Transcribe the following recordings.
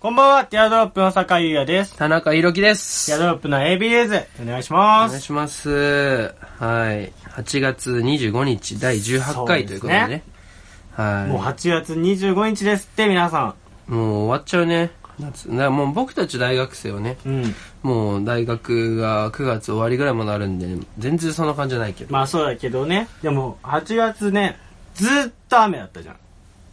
こんばんは、ティアドロップの坂井優也です。田中宏樹でティアす。ドロップの AB レーズ、お願いしまお願いす。します。はい。8月25日、第18そ回うとでいうすことねでね。はい。もう8月25日ですって、皆さもう終わっちゃうね。夏なもう僕たち大学生はね、ん。うん。もう大学が9月終わりぐらいまであるんで、全然そんな感じじゃないけど。まあそうだけどね。でも、8月ね、ずーっと雨だったじゃん。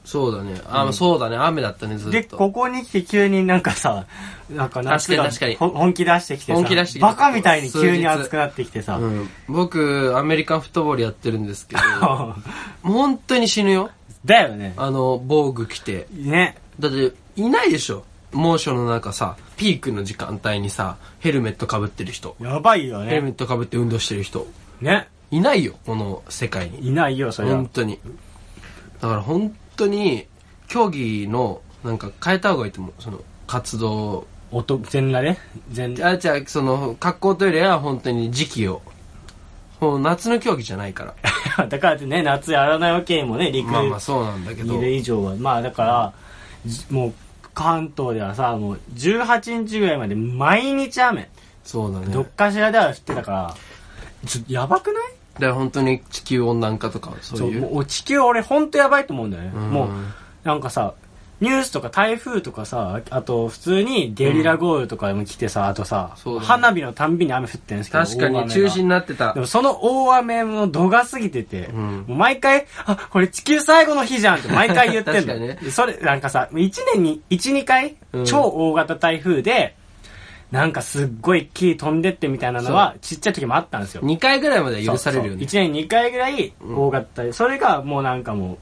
そうだね。あ、そうだね。雨だったね、ずで、っと。ここに来て急になんかさ、なんか夏が確かに確かほ本気出してきてさ、本気出してきてバカみたいに急に数日暑くなってきてさ、うん、僕、アメリカンフットボールやってるんですけ ど、本当に死ぬよ。だよね。あの、防具着て。ね。だって、いないでしょ。猛暑の中さ、ピークの時間帯にさ、ヘルメットかぶってる人。やばいよヘルメね。ットかぶって運動してる人。ね。いないよ、この世界に。いないよ、それは本。当に。だから本当に、競技の、なんか変えた方がいいと思う。その、活動。音、全裸ね。全あ、じゃあ、その、格好というよりは本当に時期を。もう夏の競技じゃないから。裸。 だからってね、夏やらないわけにもね、陸まあまあそうなんだけど2。例以上はまあだからじもう関東ではさもう18日ぐらいまで毎日雨、そうだね。どっかしらでは降ってたからちょやばくないだから本当に地球温暖化とか、そういそうう。もう地球俺ほんとやばいと思うんだよねんもうなんかさニュースとか台風とかさあと普通にゲリラ豪雨とかも来てさ、あとさ、そうだね花火のたんびに雨降ってるんですけど確か大に雨が中止になってたで。もその大雨の度が過ぎてて、んもう毎回、あ、これ地球最後の日じゃんって毎回言ってん 確の。かにそれ、なんかさ、1年に、1、2回、うん超大型台風で、なんかすっごい木飛んでってみたいなのは、ちっちゃい時もあったんですよ。 2回ぐらいまでは許されるよね。 1年に2回ぐらい大型台、それがもうなんかも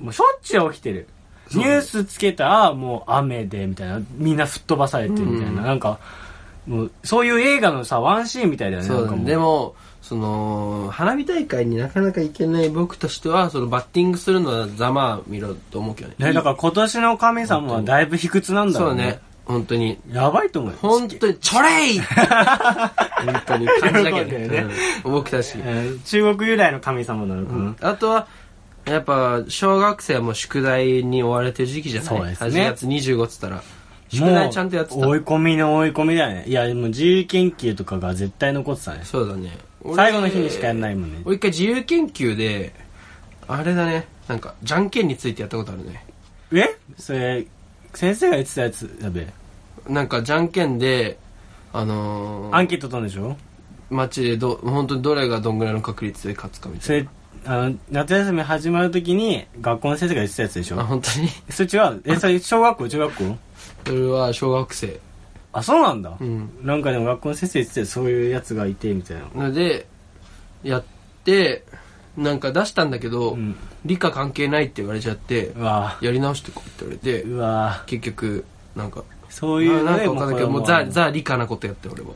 う、もうしょっちゅう起きてる。ニュースつけたら、もう雨で、みたいな。みんな吹っ飛ばされて、みたいな。なんか、もう、そういう映画のさ、ワンシーンみたいだよね。そうなんだかねもでもその花火大会になかなか行けない僕としてはそのバッティングするのはざまあ見ろと思うけどねね、だから今年の神様はだいぶ卑屈なんだそろううね。ね本当にやばいと思うよ。本当にちょ れい本当に感じだ喜けんでどるねねうん僕たち、えー中国由来の神様なのかな。あとはやっぱ小学生はもう宿題に追われてる時期じゃないそうですね8月25っつったら宿もう題ちゃんとやって追いた込みの追い込みだよね。いや、でも自由研究とかが絶対残ってたね。そうだね俺最後の日にしかやんないもんね。俺一回自由研究であれだねなんかじゃんけんについてやったことあるねえそれ、先生が言ってたやつ、やべえ。なんかじゃんけんで、あのアンー、ケート取るんでしょ街でど、本当にどれがどんぐらいの確率で勝つかみそたいれ、あの、夏休み始まるときに学校の先生が言ってたやつでしな。あ、ょ本当に それ違う。え、それ小学校、中学校それは小学生。あ、そうなんだ。うん。なんかでも学校の先生言ってたそういうやつがいて、みたいな。ので、やって、なんか出したんだけど、うん理科関係ないって言われちゃってう、わやり直してこいって言われてう、わ結局、なんか、そういうのななんでかわかんないけど、もうこれはザ、ザ理科なことやって、俺は。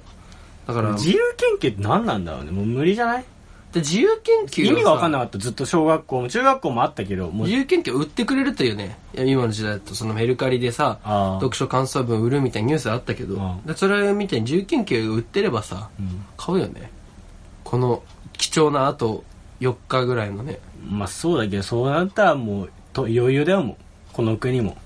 だから、自由研究って何なんだろうねもう無理じゃないで自由研究意味が分かんなかかったずっと小学校も中学校もあったけどもう自由研究を売ってくれるというね、いや今の時代だとそのメルカリでさ、あー読書感想文売るみたいなニュースあったけど、うんでそれみたいに自由研究売ってればさ、ん買うよね。この貴重なあと4日ぐらいのね。まあそうだけどそうなったらもうと余裕だよもうこの国 も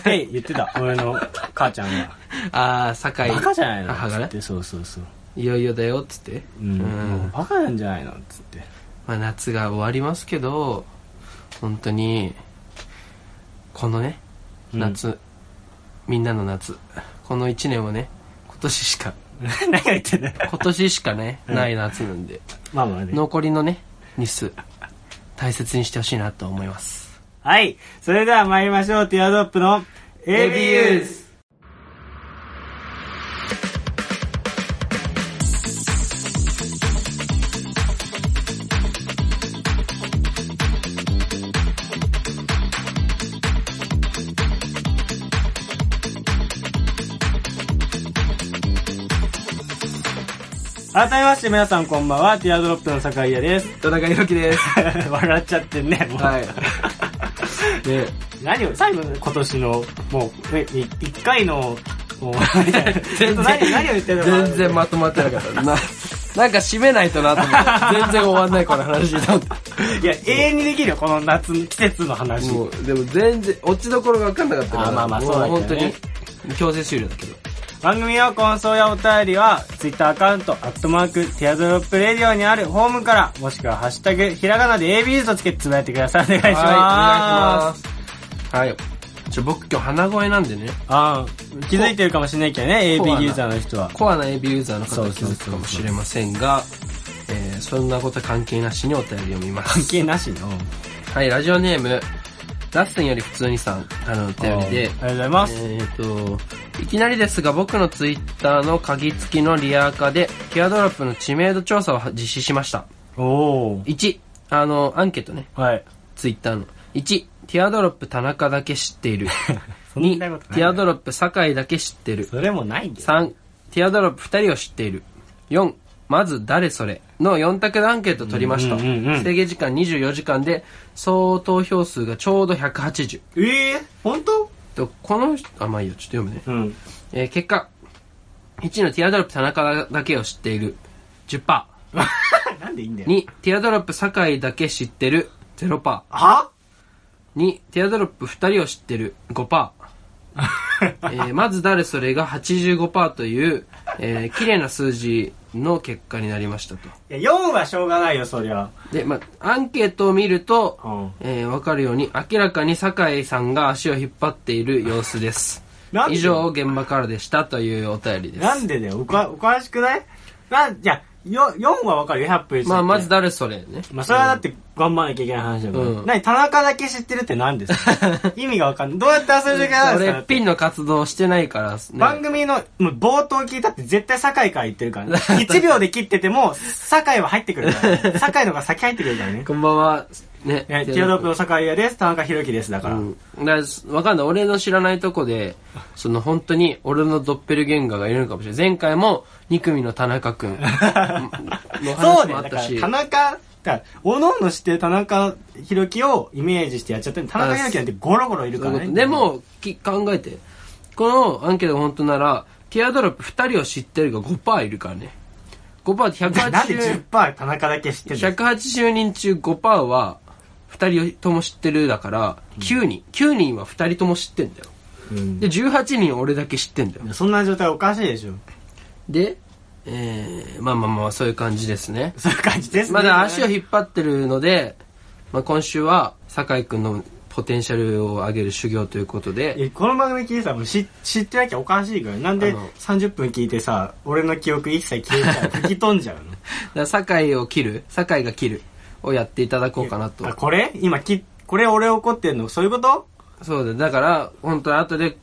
って言ってた俺の母ちゃんがあー、酒井。バカじゃないのあ、はつがっれてそうそうそういよいよだよっつって。うんうんもうバカなんじゃないのつってまあ、夏が終わりますけど、本当に、このね、うん夏、みんなの夏、この1年をね、今年しか、 何が言ってんだよ今年しかね、ない夏なんで。まあまあね残りのね日数大切にしてほしいなと思いますはいそれでは参りましょうティアドロップの ABUs 改めまして皆さんこんばんはティアドロップの酒井優です田中裕樹です 笑っちゃってんねもうはいね 何を、最後の今年の、もう、え、い一回の、もう、みたいな。 全然何、何を言ってるの全然まとまってなかったななんか締めないとなと思って全然終わんないこの話だっていや、永遠にできるよ、この夏の季節の話。もうでも全然落ちどころが分かんなかったからあまあまあもそうだ本け当どねに強制終了だけど番組の感想やお便りは、ツイッターアカウント、アットマーク、ティアドロップレディオにあるホームから、もしくはハッシュタグ、ひらがなで ABS とつけてつぶやいてください。お願いします。はいお願いしますはいちょ僕今日鼻声なんでねあー気づいてるかもしれないけどね、こ AB ユーザーの人は。コアな AB ユーザーの方そはう気そうそうづくかもしれませんがえーそんなこと関係なしにお便り読みま関す係なしの。はいラジオネームラスンより普通にさんあのお便りであーありがとうございます。えー、と、いきなりですが、僕のツイッターの鍵付きのリアーカで、ティアドロップの知名度調査を実施しました。おー。 1、あの、アンケートね、はい。ツイッターの。1、ティアドロップ田中だけ知っている。 そん2なこと、ティなアい。ドロップ酒井だけ知ってる。それもないんだよ。 3、ティアドロップ2人を知っている。4、まず誰それの4択でアンケートを取りました。うんうんうん制限時間24時間で、総投票数がちょうど180。ええ本当とこの人、あ、まあいいよ、ちょっと読むね。うん。えー結果、1のティアドロップ田中だけを知っている、10%。 なんでいいんだよ。 2、ティアドロップ酒井だけ知ってる、0%。は2、ティアドロップ2人を知ってる、5%。え ーまず誰それが85%という、えー綺麗な数字の結果になりましたと。いや、4はしょうがないよ、そりゃ。で、まあ、アンケートを見ると、うんえーわかるように、明らかに酒井さんが足を引っ張っている様子ですなん。で以上、現場からでしたというお便りです。なんでだよ、おか、おかしくないなん、じゃあ、よ4はわかるよ、100分まあ、まず。誰それね。まあ、それはだって頑張らなきゃいけない話だから。うんなに、田中だけ知ってるって何です か意味がわかんない。どうやって遊ぶ時間なんですかだ俺っ、てピンの活動してないから、ね、番組の、もう冒頭聞いたって絶対酒井から言ってるから ね。1秒で切ってても、酒井は入ってくるからね。酒井の方が先入ってくるからね。 こんばんは。ね。え、ティアドロップの酒井屋です。田中裕樹です。だから。うん。だからわかんない。俺の知らないとこで、その本当に俺のドッペルゲンガーがいるのかもしれない。前回も2組の田中 くんのそう話ね。もだかあっらたし。田中、だから、おのの知ってる田中裕樹をイメージしてやっちゃってる田中裕樹なんてゴロゴロいるそかういうらことね。で、も、き考えて。このアンケートが本当なら、ティアドロップ2人を知ってるが5%いるからね。5%っ てなんで180、 10%田中だけ知ってるんですか180人中5%は2人とも知ってるだから、9人。9人は2人とも知ってんだよ。うんで、18人俺だけ知ってんだよ。そんな状態おかしいでしょ。で、えー、まあまあまあ、そういう感じですね。そういう感じですね。まだ足を引っ張ってるので、まあ、今週は、酒井くんのポテンシャルを上げる修行ということいで、やこの番組聞いてたらもう知知ってなきゃおかしいからなんであの30分聞いてさ俺の記憶一切消えちゃう 吹き飛んじゃうのだから酒井を切る、酒井が切るをやっていただこうかなとあ。これ今きこれ俺怒ってんのそういうことそうだ、だから、本当に後で、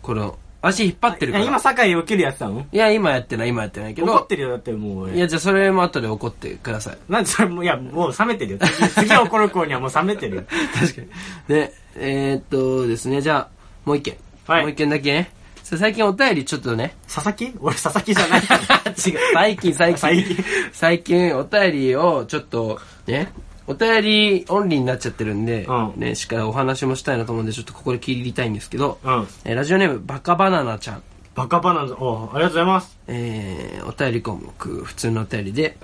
この、足引っ張ってるいかやら。今酒井起きるやつなのいや、今やってない、今やってないけ怒っど、てるよだってもうい俺や、じゃあそれも後で怒ってください。なんでそれもういやもう冷めてるよ次次怒る子にはもう冷め てるよ確かに。で、えー、っとですね、じゃあ、もう一件。はいもう一件だけね。そう最近お便りちょっとね、佐々木俺佐々木じゃない 違う、最近、最近。最最近近、お便りをちょっと、ね、お便りオンリーになっちゃってるんで、うんね、しっかりお話もしたいなと思うんで、ちょっとここで切りたいんですけど、うんえーラジオネーム、バカバナナちゃん。バカバナナおありがとうございますえー、お便り項目、普通のお便りで、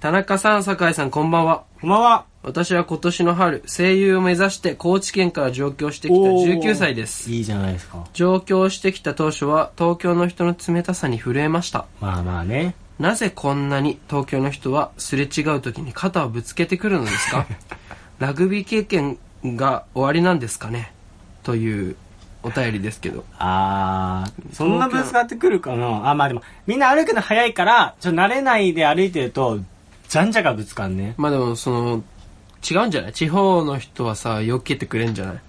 田中さん、酒井さん、こんばんは。こんばんは私は今年の春、声優を目指して高知県から上京してきた19歳です。いいじゃないですか上京してきた当初は東京の人の冷たさに震えました。まあまあねなぜこんなに東京の人はすれ違う時に肩をぶつけてくるので すかラグビー経験が終わりなんですかねというお便りですけど。あー、そんなぶつかってくるかなあ、まあでも、みんな歩くの早いから、ちょっと慣れないで歩いてると、じゃんじゃがぶつかんね。まあでもその、違うんじゃない地方の人はさ、避けてくれんじゃない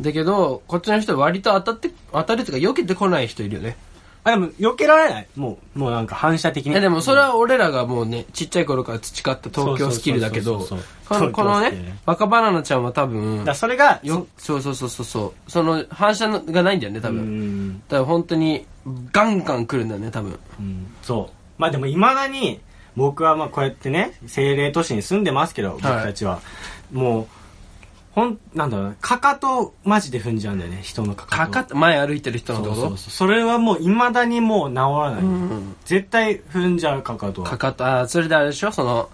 だけど、こっちの人は割と当たって、当たるっていうか避けてこない人いるよね。あ、でも、避けられない。もう、もうなんか反射的いに。やでもそれは俺らがもうね、ちっちゃい頃から培った東京スキルだけど、そうそうこそうそうのこの東京スキルねね、バカバナナちゃんは多分、だからそれが、よそうそうそうそうそうその反射のがないんだよね多う分ん、だから本当にガンガン来るんだよね多分うん、そう。まあでも、未だに、僕はまあこうやってね、政令都市に住んでますけど、僕たちは。もう、ほん、なんだろうな、かかと、マジで踏んじゃうんだよね、人のかかかと。かって前歩いてる人のそとうこそうそう。そろれはもう、未だにもう治らない。うん絶対踏んじゃう、かかとは。かかとあーそれであれでしょその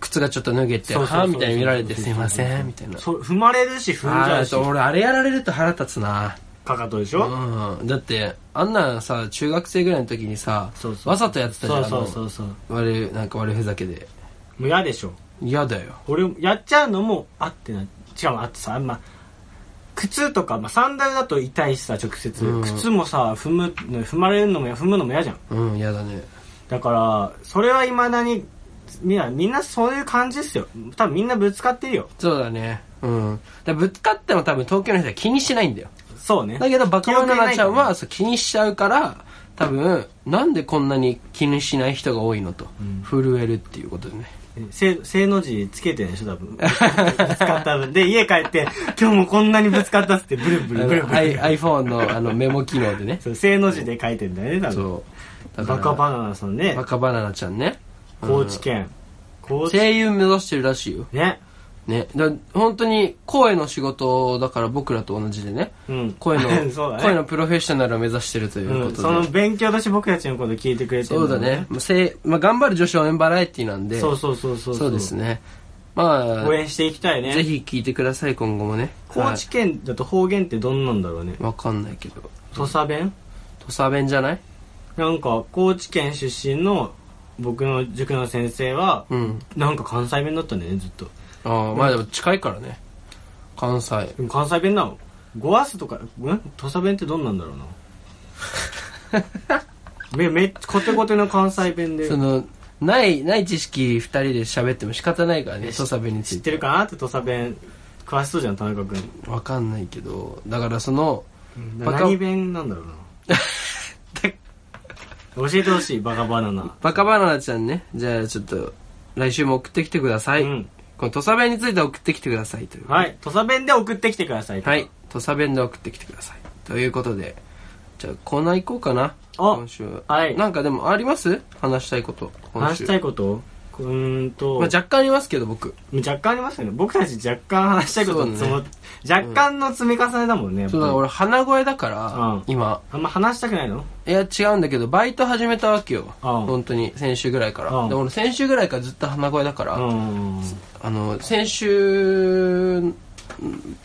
靴がちょっと脱げて「そうそうそうそうはあ」みたいに見られて「すいません」みたいなそう踏まれるし、踏んじあゃあうーし、俺あれやられると腹立つなかかとでしょ、うんだってあんなさ中学生ぐらいの時にさそうそうわざとやってたじそゃんうそうそあうそう。もの悪いなんか悪ふざけでう嫌でしょ。嫌だよ俺、やっちゃうのも、あってな、しかもあってさ、あんま、靴とか、まあ、サンダルだと痛いしさ、直接。うん靴もさ、踏むの、踏まれるのも、踏むのも嫌じゃん。うん嫌だねだから、それはいまだに、みんな、みんなそういう感じですよ。多分みんなぶつかってるよ。そうだねうんだからぶつかっても多分東京の人は気にしないんだよそうね。だけどバカバナナちゃん記憶にないからはそう気にしちゃうから多分なんでこんなに気にしない人が多いのと、震えるっていうことでねせ正の字つけてるでしょ、多分。ぶつかった分。で、家帰って、今日もこんなにぶつかったっつって、ブルあブルブルのブル。アイ iPhone のあのメモ機能 でねそう正の字で書いてんだよね、多分。そうバカバナナさんねバ、カバナナちゃんね高知県。高知声優目指してるらしいよね。ねだ本当に声の仕事だから僕らと同じでねうん。声 そうのだね声のプロフェッショナルを目指してるといううことん、で、その勉強だし僕たちのこと聞いてくれてるそのうだね、まあせいまあ、頑張る女子応援バラエティなんでそうそうそうそうそうですねまあ応援していきたいねぜひ聞いてください今後もね高知県だと方言ってどんなんだろうねはいわかんないけど土佐弁土佐弁じゃないなんか高知県出身の僕の塾の先生は、うんなんか関西弁だったんだよねずっとああまあでも近いからね関西でも関西弁なのごわすとかん土佐弁ってどんなんだろうな めめっちゃコテコテの関西弁でそのないない知識2人で喋っても仕方ないからね土佐弁につ知っいててるかなって土佐弁詳しそうじゃん田中君わかんないけどだからそのバカ何弁なんだろうな 教えてほしいバカバナナバカバナナちゃんねじゃあちょっと来週も送ってきてください、うんこの土佐弁について送ってきてくださいというはい土佐弁で送ってきてくださいはい土佐弁で送ってきてくださいということでじゃあコーナー行こうかなお今週はいなんかでもあります話したいこと今話週したいことうーんと、まあ、若干ありますけど僕若干ありますよね僕たち若干話したいことの積も、若干の積み重ねだもんねやっぱそうりだから俺鼻声だかうんら今あんま話したくないのいや違うんだけどバイト始めたわけうよん本当に先週ぐらいかうらんで俺先週ぐらいからずっと鼻声だからうんあの先週、ん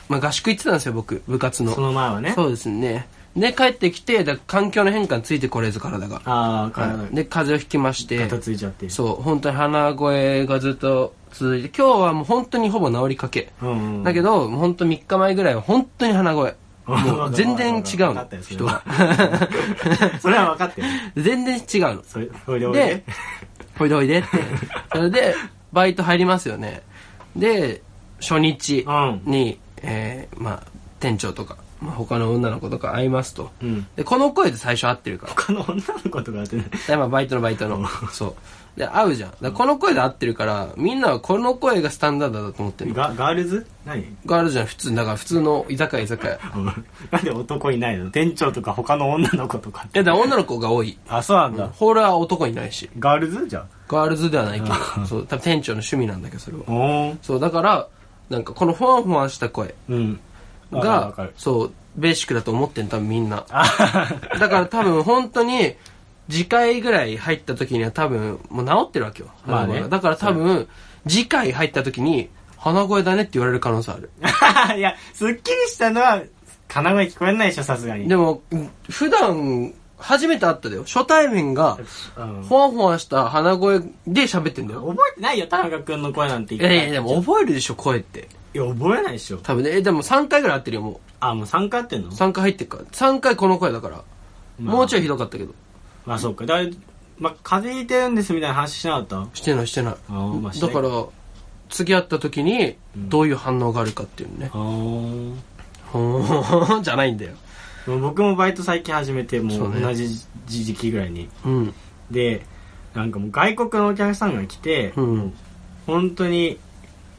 まあ、合宿行ってたんですよ僕部活のその前はねそうですねで帰ってきてだ環境の変化についてこれず体がああ体がはいで風邪をひきましてガタついちゃってそう本当に鼻声がずっと続いて今日はもう本当にほぼ治りかけ、うんうんだけど本当3日前ぐらいは本当に鼻 声もう全然違う分かのったよそれ人は がそれは分かってる全然違うのそれそれでおいでで、ほいでお いでって。それで、バイト入りますよね。で、初日に、えーまあ、店長とか、まあ、他の女の子とか会いますと。うん、で、この声で最初会ってるから。他の女の子とかってないでまあ、バイトのバイトの。そう。で、会うじゃん。だからこの声で会ってるから、みんなはこの声がスタンダードだと思ってるの。ガガールズ何があるじゃん、普通。だから普通の居酒屋居酒屋。いなんで男いないの店長とか他の女の子とかってや、だから女の子が多い。あそうなんだ、ホーラーは男いないし。ガールズじゃガールズではないけど。そう、多分店長の趣味なんだけど、それはあ。おそう、だから、なんかこのふわんふわんした声。うんわかるわかがる、そう、ベーシックだと思ってん、多分みんな。あだから多分本当に、次回ぐらい入った時には多分、もう治ってるわけよ。まあね鼻声がだから多分、次回入った時に、鼻声だねって言われる可能性ある。 いやすっきりしたのは金声聞こえないでしょさすがにでも、うん普段、初めて会っただよ。初対面が、うんほわほわした鼻声で喋ってんだよ。覚えてないよ田中君の声なんてい一や回いや、でも覚えるでしょ、声って。いや覚えないでしょ多分ね、えでも3回ぐらい会ってるよ、もあもう3回やってんのう。3回入ってるから。3回この声だから。まあもうちょいひどかったけど。まあそうかだいまあ風邪ひいてるんですみたいな話しなかったしてないしてないあーまあしてだないから次会った時にどういう反応があるかっていうのねあ、ーほー んじゃないんだよもう僕もバイト最近始めてもそううね同じ時期ぐらいに、うんでなんかもう外国のお客さんが来て、うん本当に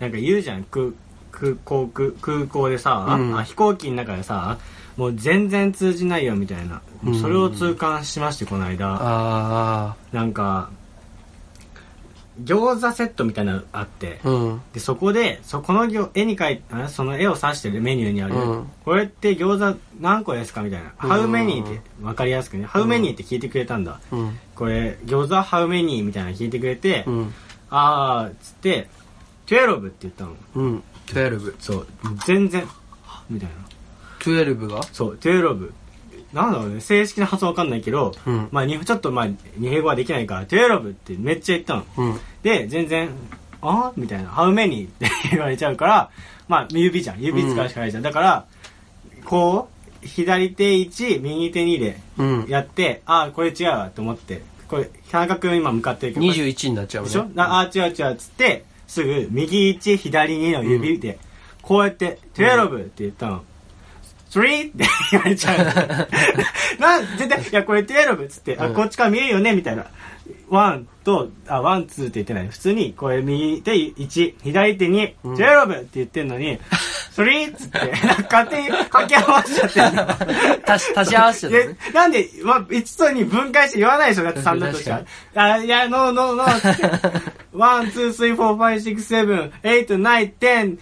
なんか言うじゃん空空港空空港でさ、うんあ飛行機の中でさもう全然通じないよみたいな、うんそれを痛感しましてこの間あなんか餃子セットみたいなのあって、うん。でそこでそこのぎょ絵に描いあその絵を指してるメニューにある、うんこれって餃子何個ですかみたいな「うん How many?」って分かりやすくね「How many?」って聞いてくれたんだ、うん。これ餃子 How many? みたいなの聞いてくれて「うん。あー」っつって「12」って言ったのうん。12。そう全然はみたいな12がそう12なんだろうね正式な発音わかんないけど、うんまあにちょっとまあ日英語はできないから12ってめっちゃ言ったのうん。で、全然、あみたいな、How many? って言われちゃうから、まあ、指じゃん。指使うしかないじゃん。だから、こう、左手1、右手2でうん。やって、ああ、これ違うわと思って、これ、田中君今向かってるけど、こ21になっちゃうれね。でしょ、ああー、違う違うっつって、すぐ、右1、左2の指で、こうやって、12って言ったの。3? って言われちゃう。 なん、絶対、いや、これ12っつって、あ、うんこっちから見えるよねみたいな。ワンと、あ、ワン、ツーって言ってない。普通に、これ右手1、左手2、ん12って言ってんのに、3っつって、なんか勝手に掛け合わせちゃってんの。足し、足 し合わせちゃったね。でなんで、まあ、1と2分解して言わないでしょだって3だとしか確。あ、いや、ノーノーノーって。 ワン、ツー、スリー、フォー、ファイ、シックス、セブン、エイト、ナイン、テン、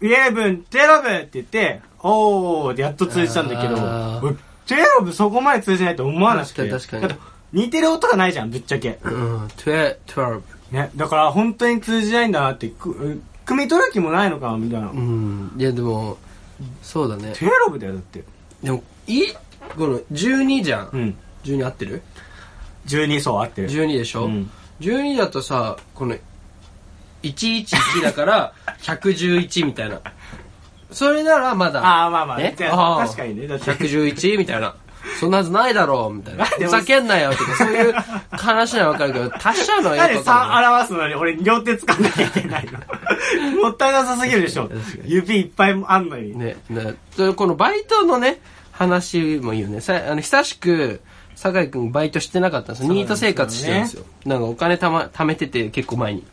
イレブン、テロブって言って、おーってやっと通じたんだけどあー、俺テロブそこまで通じないと思わなくて。確かに確かだにって似てる音がないじゃん、ぶっちゃけ。うん。12。12ね。だから本当に通じないんだなって、く、汲み取る気もないのかな、みたいなう。ん。いや、でも、そうだね。テロブだよ、だって。でも、いいこの、12じゃ。うんん。 12合ってる12層あってる。 ?12 でしょ、うん ?12 だとさ、この、111 だから、111みたいな。それならまだ。ああ、まあまあ。ねじゃああー確かにね。だって。 111みたいな。そんなはずないだろうみたいな。 でふもざけんなよとか、そういう話ならわか るけど、足しちゃうのはよなんくでわか3表すのに俺両手掴んなきゃいけない のもったいなさすぎるでしょ確か。に指いっぱいもあんのに。んない。ね、ね。でこのバイトのね、話もいいよね。さあの久しく、酒井くんバイトしてなかったんですそよ。うなニんーですよト生活してるんですよ。なんかお金たま、貯めてて結構前に。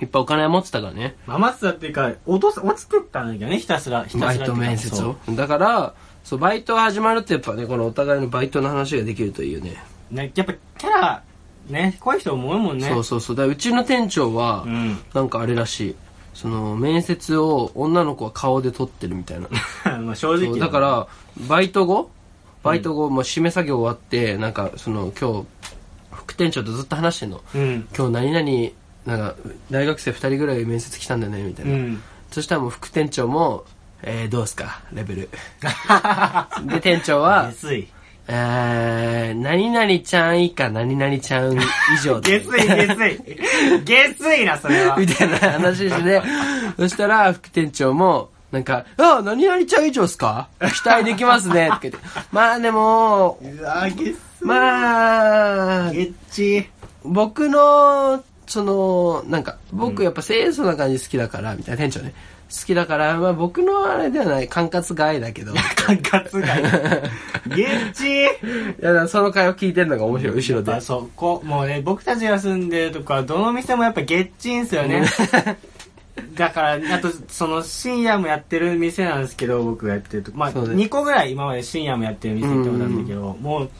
いっぱいお金は持ってたからね。まあ、待つだっていうか、落とす、落ちてったんだけどね、ひたす ら。ひたバすイらっていうトか面接そをう。だから、そう、バイトが始まるとやっぱね、このお互いのバイトの話ができるといいよね。ね、やっぱキャラ、ね、濃い人も多いもんね。そうそうそう。だからうちの店長は、うん。 なんかあれらしい。その、面接を女の子は顔で撮ってるみたい な。まあ正そ直。うだか、ら、バイト後バイト後、もう締め作業終わって、なんか、その、今日、副店長とずっと話してんの。うん。今日何々、なんか、大学生2人ぐらい面接来たんだよね、みたいうな。ん。そしたらもう副店長も、えー、どうすか、レ ベル。で、店長は、下水。えー、何々ちゃん以下、何々ちゃん以上だ 下ね水、下水。 下水な、それは。みたいな話し てね。そしたら、副店長も、なんか、あ、何々ちゃん以上っすか期待できますね、って言って。まあでも、うわ下水。まあ、ゲッ チ僕の、その、なんか、僕やっぱ清楚な感じ好きだから、みたいな、店長ね。好きだから、まあ僕のあれではない、管轄外 だけど。い管轄 外。ゲッチや、だからその会話聞いてんのが面白い、後ろやっでぱ。そこもうね僕たちが住んでるとかどの店もやっぱゲッチンすよね だからあとその深夜もやってる店なんですけど僕がやってるとまあそうです2個ぐらい今まで深夜もやってる店行ったことあるんだけどもう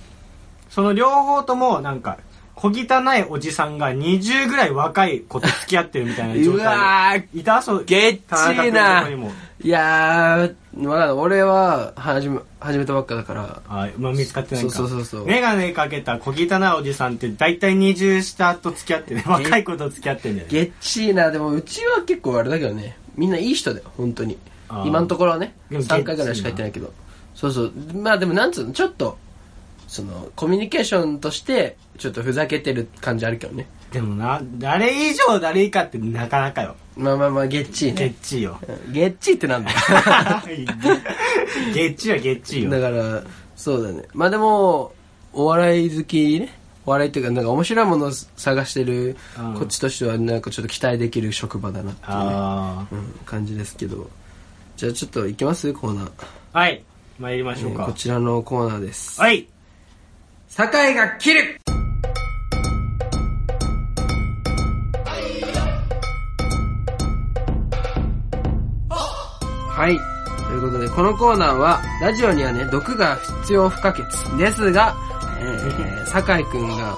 その両方ともなんか小汚いおじさんが20ぐらい若い子と付き合ってるみたいな状 う態わーいたそうゲッチーな田中君のとこにもいやー、わかんない。俺は、始め、始めたばっかだから、あまあ見つかってないかそうそうそうそうメガネかけた小汚いおじさんって大体20下と付き合ってね若い子と付き合ってんだよねゲッチーなでもうちは結構あれだけどねみんないい人だよ本当にあー今のところはねでも3回ぐらいしか行ってないけどそうそうまあでもなんつうのちょっとそのコミュニケーションとしてちょっとふざけてる感じあるけどねでもな、誰以上誰以下ってなかなかよ。まあまあまあゲッチーゲねッチー よ。うんゲッチーってなんだよゲッチーはゲッチーだよ。からそうだねまあでもお笑い好きねお笑いっていうかなんか面白いものを探してるうんこっちとしてはなんかちょっと期待できる職場だなっていうね、あうん、感じですけどじゃあちょっと行きますコーナーー。はい。参りましょうえーか。こちらのコーナーです。はい。酒井が切るはい。ということで、このコーナーは、ラジオにはね、毒が必要不可欠ですが、えー、酒井くんが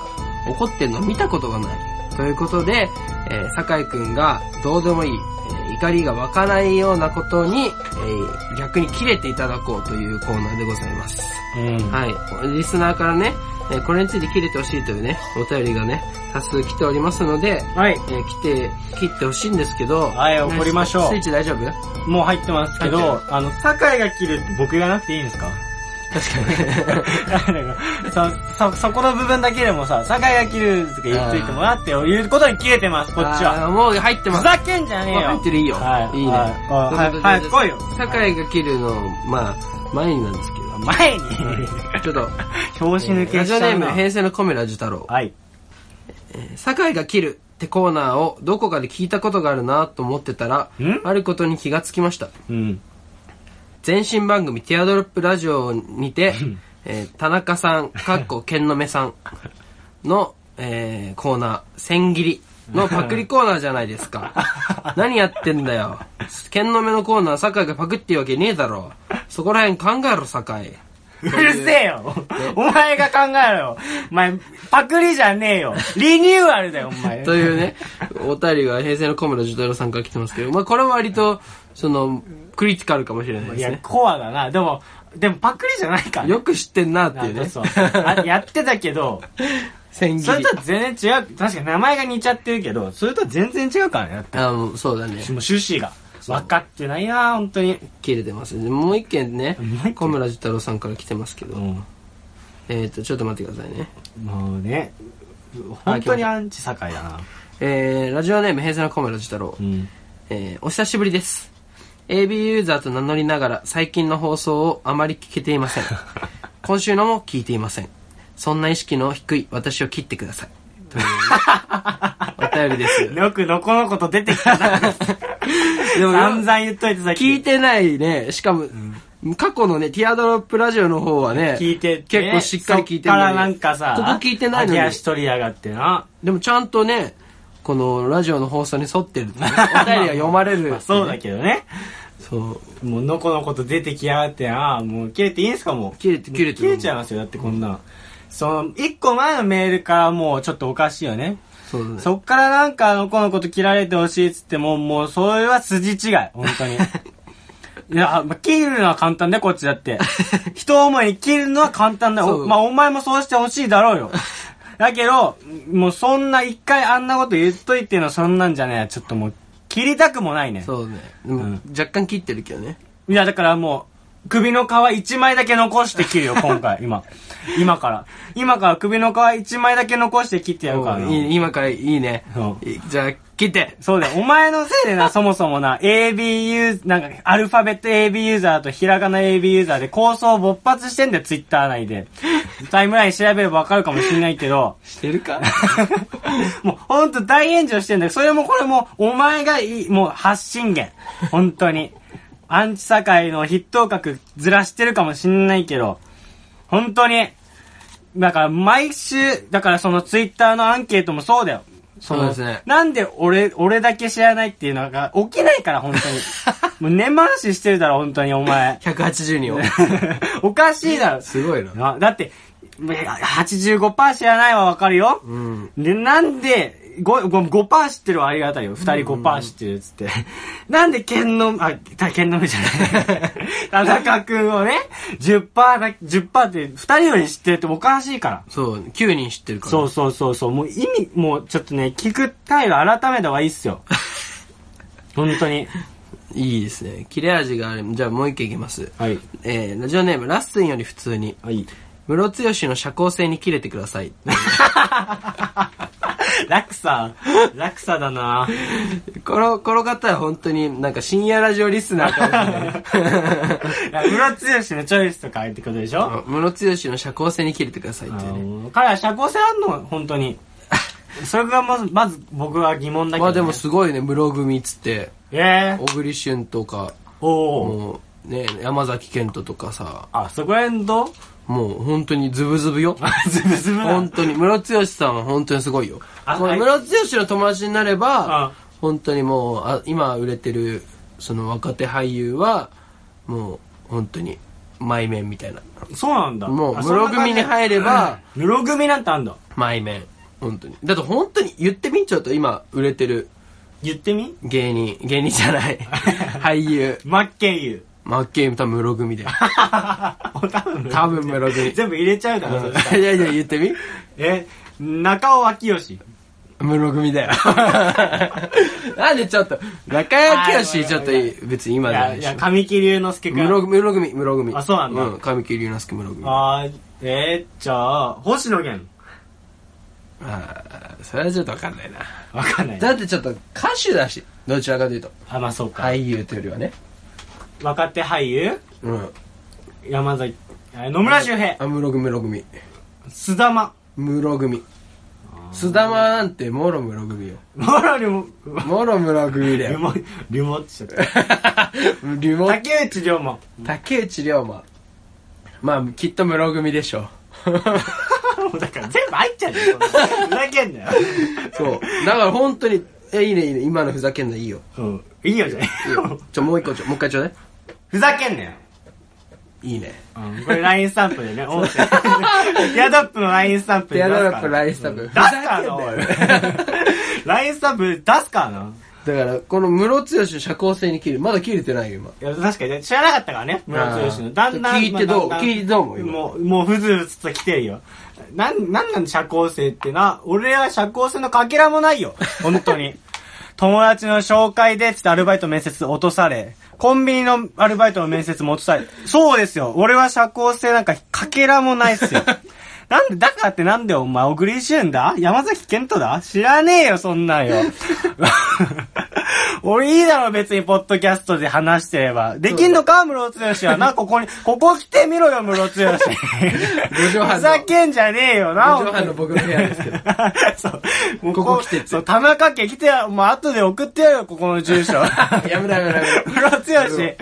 怒ってるのを見たことがない。ということで、えー、酒井くんがどうでもいい、えー怒りが湧かないようなことに、えー逆に切れていただこうというコーナーでございます。うん。はい。リスナーからね、えーこれについて切れてほしいというね、お便りがね、多数来ておりますので、はい。えー来て、切ってほしいんですけど、はい何ですか送りましょうスイッチ大丈夫もう入ってますけ入ど、あの、酒井が切るって僕がなくていいんです か確かに。なんかさ、そ、そこの部分だけでもさ、酒井が切るとか言っといてもらって、いうことに切れてます、こっちは。あー。もう入ってまふす。ざけんじゃねえもう入よっ。てるいいよ。はいいね。はいとうことではいはい来いよ酒井が切るの、まあ、前になんですけど。前に、ちょっと、表紙抜けラしジちオネゃーうム、な。平成のコメラジ太郎。はい。酒井が切るってコーナーをどこかで聞いたことがあるなと思ってたらん、あることに気がつきました。うん。前身番組ティアドロップラジオにて、えー田中さん、かっこ、けんのめさんの、えーコーナー、千切り のパクリコーナーじゃないですか。何やってんだよ。けんのめのコーナー、酒井がパクっていうわけねえだろ。そこら辺考えろ、酒井。うるせえよお前が考えろよお前、パクリじゃねえよリニューアルだよ、お前。というね、お便りが平成の小村寿太郎さんから来てますけど、まあこれは割と、その、クリティカルかもしれないいですや、ね。コアだな。でも、でもパクリじゃないからね。よく知ってんなっていうあね。そうあやってたけど、千それ切りと。は全然違う。確かに名前が似ちゃってるけど、それとは全然違うからね。だってあもうそうだね。もう趣旨が。分かってないな本当に。切れてますねもう一件ねもう一件小村寿太郎さんから来てますけど、うん。えっ、とちょっと待ってくださいねもうね、本当にアンチ境だな。えー、ラジオネーム平成の小村寿太郎、うん。えー、お久しぶりです AB ユーザーと名乗りながら最近の放送をあまり聞けてい ません今週のも聞いていませんそんな意識の低い私を切ってくださいという お便りです よくのこのこと出てきたな。 でも散々言っといてさっき聞いてないねしかも、過去のね、ティアドロップラジオの方はね、聞いてってね結構しっかり聞いてそっるかのらになんかさ、ここ聞いてないのに。揚げ足取りやがってな。でもちゃんとね、このラジオの放送に沿ってる ってね、お便りが読まれる。まあそうだけどね。そう。もうのこのこと出てきやがってな。もう切れていいんすかもう。切れて切れて切れちゃいますよ。だってこんなの。その、一個前のメールからもうちょっとおかしいよね。そうだね。そっからなんかあの子のこと切られてほしいっつっても、もうそれは筋違い、本当 に。いや、まあ、切るのは簡単だよ、こっちだって。 人思いに切るのは簡単だよ。そうおまあ、お前もそうしてほしいだろう よ。だけど、もうそんな一回あんなこと言っといてのそんなんじゃねえ。ちょっともう、切りたくもないね。そうね。でもうん若干切ってるけどね。いや、だからもう、首の皮一枚だけ残して切るよ、今回、今。今から。今から首の皮一枚だけ残して切ってやるからな。おういい今からいいねそ。いじゃあ、切って。そうだよ。お前のせいでな、そもそもな、AB ユー、なんか、アルファベット AB ユーザーとひらがな AB ユーザーで構想勃発してんだよ、ツイッター内で。タイムライン調べればわかるかもしんないけど、してる か もうほんと大炎上してんだよ。それもこれも、お前がいい、もう発信源。本当に。アンチ社会の筆頭格ずらしてるかもしんないけど、本当に。だから毎週、だからそのツイッターのアンケートもそうだよ。そそうのですね。なんで俺、俺だけ知らないっていうのが起きないから、本当に。もう根回ししてるだろ、本当にお前 ?180 人を。おかしいだろ。すごいな。なだって、85%知らないはわかるよ。うん。で、なんで、5%, 5知ってるはありがたいよ。2人5%知ってるっつって。なんで、剣の、あ、た剣の目じゃない。田中くんをね、10%だ、10%って2人より知ってるっておかしいから。そう、9人知ってるから。そうそうそうそう。もう意味、もうちょっとね、聞く態度改めた方がいいっすよ。本当に。いいですね。切れ味がある。じゃあもう一件いきます。はい。えー、ラジオネーム、ラッスンより普通に。はい。ムロツヨシの社交性に切れてください。落差、落差だなこの、この方は本当になんか深夜ラジオリスナーかもしれない。 ムロツヨシのチョイスとかってことでしょムロツヨシの社交性に切れてくださいっていうね。あの彼は社交性あんの本当に。 それがまず、まず僕は疑問だけど、ね。まあでもすごいね、ムロ組っつって、ええ小栗旬とか、おお。もうね、山崎賢人とかさ、あ、そこら辺 どうもう本当にズブズブよ。ズブズブな本当に、ムロツヨシさんは本当にすごいよ。あこのはいムロツヨシの友達になればあ、本当にもう、あ今売れてる、その若手俳優は、もう本当に、前面みたいな。そうなんだ。もう、あムロ組に入れば、そんな感じムロ組なんてあんだ。前面。本当に。だって本当に言ってみちゃうと今売れてる言ってみ芸人、芸人じ ゃない。俳優。マッケンユ マッケイム多分室組だよ。ー。多分多分室 組。全部入れちゃうだろ、そしたらいやいや、言ってみ え、中尾明義。室組 だよ。なんでちょっと、中谷清ちょっといい別いに今じゃなや、いいでしや、ょ。神木隆之介か。室組、室組、室組。あそうなんだうん、神木隆之介室組。ああー、えー、じゃあ、星野源。あ、それはちょっとわかんないな。わかんない。だってちょっと歌手だし、どちらかというと。あ、まあそうか。俳優というよりはね。若手俳優うん。山崎、え野村周平、あ、室組、室組。須田間。室組。須田間なんて、もろ室組よ。もろりも、うわもろ室組だリよ。モ、リモってしちゃった。 リモ竹内涼真。竹内涼真。まあ、きっと室組でしょう。 もうだから全部入っちゃうよ、そんなふざけんなよ。そう。だから本当に、え、いいね、いいね。今のふざけんのいいよ。うん。いいよ、じゃいいあよ。ちょ、もう一個ちょ、もう一回ちょうだい。ふざけんなよ。いいね。うん、これ LINE スタンプでね、音声。ティアドロップの LINE スタンプティアドロップ、ライインスタンプ。出すからな、おいふざけんなよ LINE スタンプ出すからな。だから、この室剛の社交性に切る。まだ切れてないよ、今。いや、確かに、知らなかったからね、村津吉あの。ーだんだん。聞いてどうまあだんだん聞いてどう思う今もう、もう、ふずふずと来てるよ。なん、なんなん社交性ってな。俺は社交性のかけらもないよ。本当 に。友達の紹介で、つってアルバイト面接落とされ、コンビニのアルバイトの面接も落とされ、そうですよ。俺は社交性なんかかけらもないっ すよ。なんで、だからってなんでお前、小栗旬だ山崎健人だ知らねえよ、そんなん よ。俺いいだろ、別に、ポッドキャストで話してれば。できんのか、ムロツヨシは。な、ここに、ここ来てみろよ、ムロツヨ シ。五畳ふ半ざの、けんじゃねえよな、五畳半の僕の部屋です けど。そう。ここ来てってそう、田中家来てよ、もう後で送ってやるよ、ここの住所。やめろやめろやめムロツヨシ、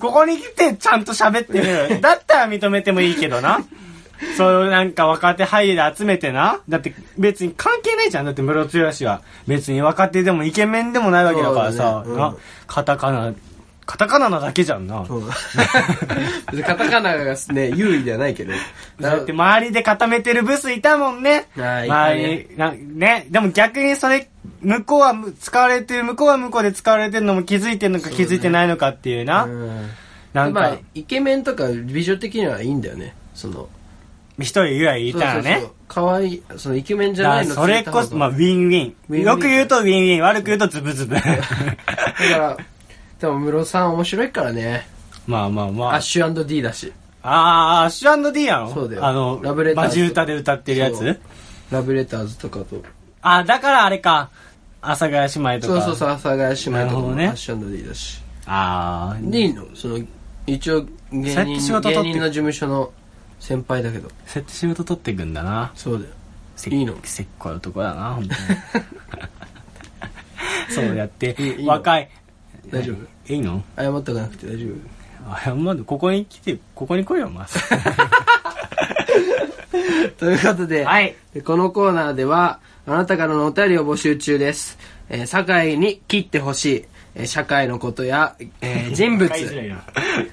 ここに来てちゃんと喋ってみろよ。だったら認めてもいいけど な。そういうなんか若手俳優で集めてな。だって別に関係ないじゃん。だってムロツヨシは。別に若手でもイケメンでもないわけだからさ。そうだねうんなカタカナ、カタカナなだけじゃんな。ろ。そう 別にカタカナがね、優位ではないけど。だって周りで固めてるブスいたもんね。はい周り、なね。でも逆にそれ、向こうはむ使われてる、向こうは向こうで使われてるのも気づいてるのか気づいてないのかっていうな。うんなんまかあ、、イケメンとか美女的にはいいんだよね。その、一人ぐらいいたらね。そうそうそう。可愛い、そのイケメンじだかゃならいのそれこそ、まあ、ウィンウィン。ウィンウィンよく言うとウィンウィン、悪く言うとズブ ズブ。だから、でも、室さん面白いからね。まあまあまアあ。ッシュ &D だし。あー、アッシュ &D やろそうだよあの、ラブレターズバジ歌で歌ってるやそつうラブレターズとかと。あー、だからあれか。阿佐ヶ谷姉妹とそうか。そうそう、阿佐ヶ谷姉妹なるとほどかもねアッシュ &D だし。あー、で、いいのその、一応、芸そうやって仕人事の、取っ芸て人の事務所の先輩だけど。そうやって仕事取ってくんだな。そうだよ。せいいのせっこい男だな、本当に。 そうやっていいい、いの若い。大丈夫いいの謝っとかなくて大丈夫 あ、まだここに来て、ここに来いよ、まず。ということで、はいでこのコーナーでは、あなたからのお便りを募集中です。えー、堺に切ってほしい、えー社会のことや、え ー人物、若い時代 な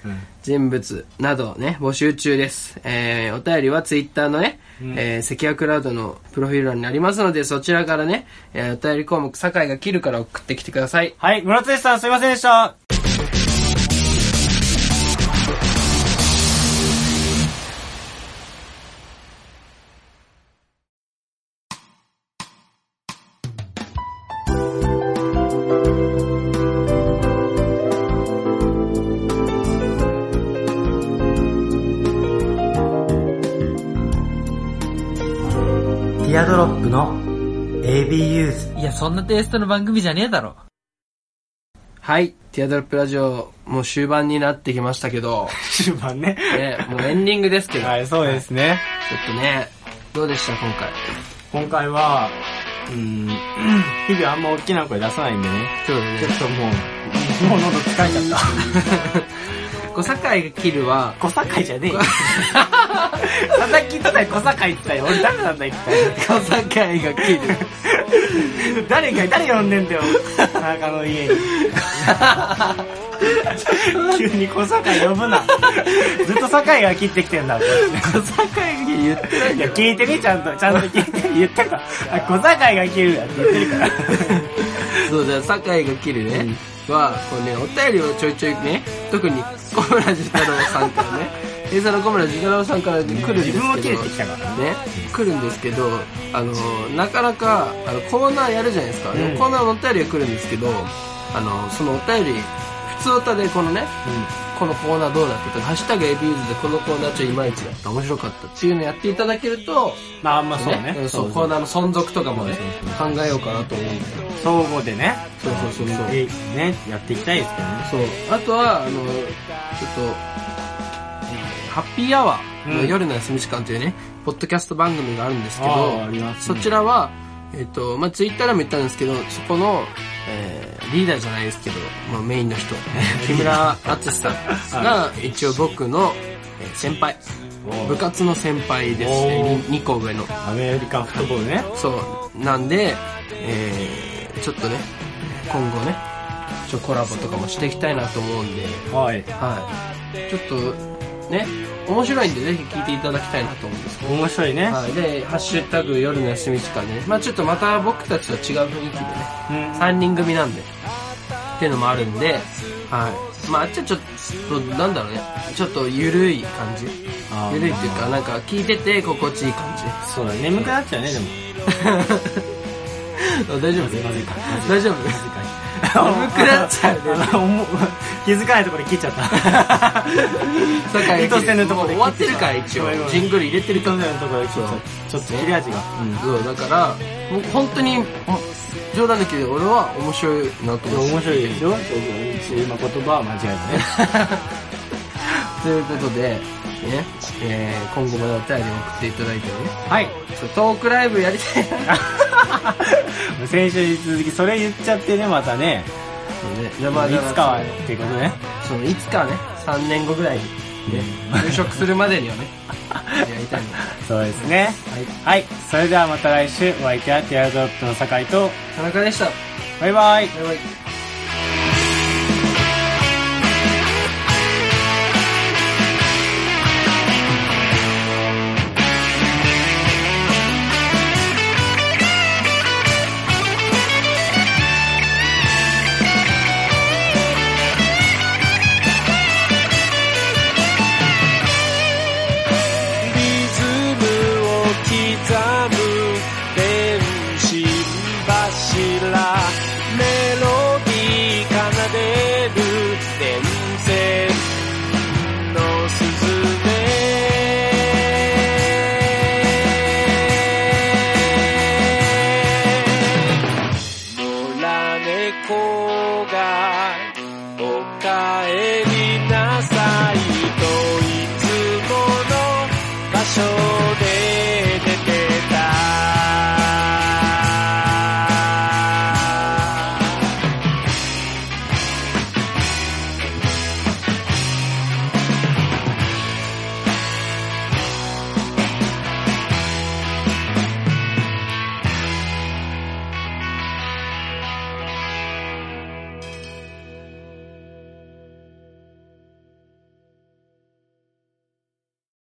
うん人物などをね、募集中です。えー、お便りはツイッターのね、えー、関谷クラウドのプロフィール欄になりますので、そちらからね、えー、お便り項目、堺が切るから送ってきてください。はい、村津さんすいませんでした。ティアドロップの ABUs いや、そんなテイストの番組じゃねえだろ。はい、ティアドロップラジオ、もう終盤になってきましたけど、終盤ね。ね、もうエンディングです けど、ちょっはい、そうですね。とね、どうでした今回。今回は、うーん、 日々あんま大きな声出さないんでね。そうだちょ っともう、もう喉疲れちゃった。小堺が切るは、 小堺じゃねえよ。佐々木とか小坂行ったよ俺誰なんだ一体小坂井が来 る。誰が誰呼んでんだよ田中の 家に急に小坂呼ぶなずっと坂井が切ってきてんだこれ小坂井が言ってないいや聞いてみちゃんとちゃんと聞いて言ってたあ小坂井が切るやって言ってるから そうじゃあ酒井が切るね、はこうねお便りをちょいちょいね特に小村寿太郎さんから ね閉鎖の小村寿太郎さんから来るんですけど自分を切れてきたからね来るんですけどあのなかなかあのコーナーやるじゃないですか、でもうんコーナーのお便りが来るんですけどあのそのお便り普通歌でこのねこのコーナーどうだったとか「ハッシュタグエビューズ」でこのコーナーちょいまいちだった面白かったっていうのやっていただけると まああんまそうねんそうこコーうなナーの存続とかもね考えようかなと思うんで相互でねそうそうそうそうえねやっていきたいですけどねそうあとはあのちょっと、えーハッピーアワーのうん夜の休み時間というね、ポッドキャスト番組があるんですけあどーありますそねちらは、えっとまあ、ツイッターでも言ったんですけどそこの、えーリーダーじゃないですけど、まあ、メインの人木村淳さんが一応僕のえー先輩部活の先輩ですね2個上のアメリカンフットボールねそうなんで、えーちょっとね今後ねちょコラボとかもしていきたいなと思うんではいはい。ちょっと、ね、面白いんで、ぜひ聞いていただきたいなと思うんですけ面白いね、ど。はい。で、ハッシュタグ夜の休み時間でね。まあちょっとまた僕たちと違う雰囲気でね、うん3人組なんで、っていうのもあるんで、はい。まああっちはちょっと、なんだろうね、ちょっとゆるい感じ。あーゆるいっていうか、なんか聞いてて心地いい感じ。そうだね眠くなっちゃうねでも大丈夫まずいか 大丈夫 眠くなっちゃうね気づかないところで切っちゃっ た 酒井意図せぬところもうで終わってるから一応ごめんご。めんジングル入れてるか意図ら。せぬところで切っちゃったちょっと切れ味が、そうだからもう本当にもう冗談だけど俺は面白いなと でも思面って白いでしょ今言葉は間違えてねということで、ねえー今後もお便り送っていただいてねはい ちょっとトークライブやりたいな先週に続きそれ言っちゃってねまたねそうねじゃあまあ いつだらかはってことねそのいつかはね3年後ぐらいに、ね、就職するまでに はねやりたいなそうですねはい、それではまた来週お相手はティアドロップの酒井と田中でしたバイバイバイバイ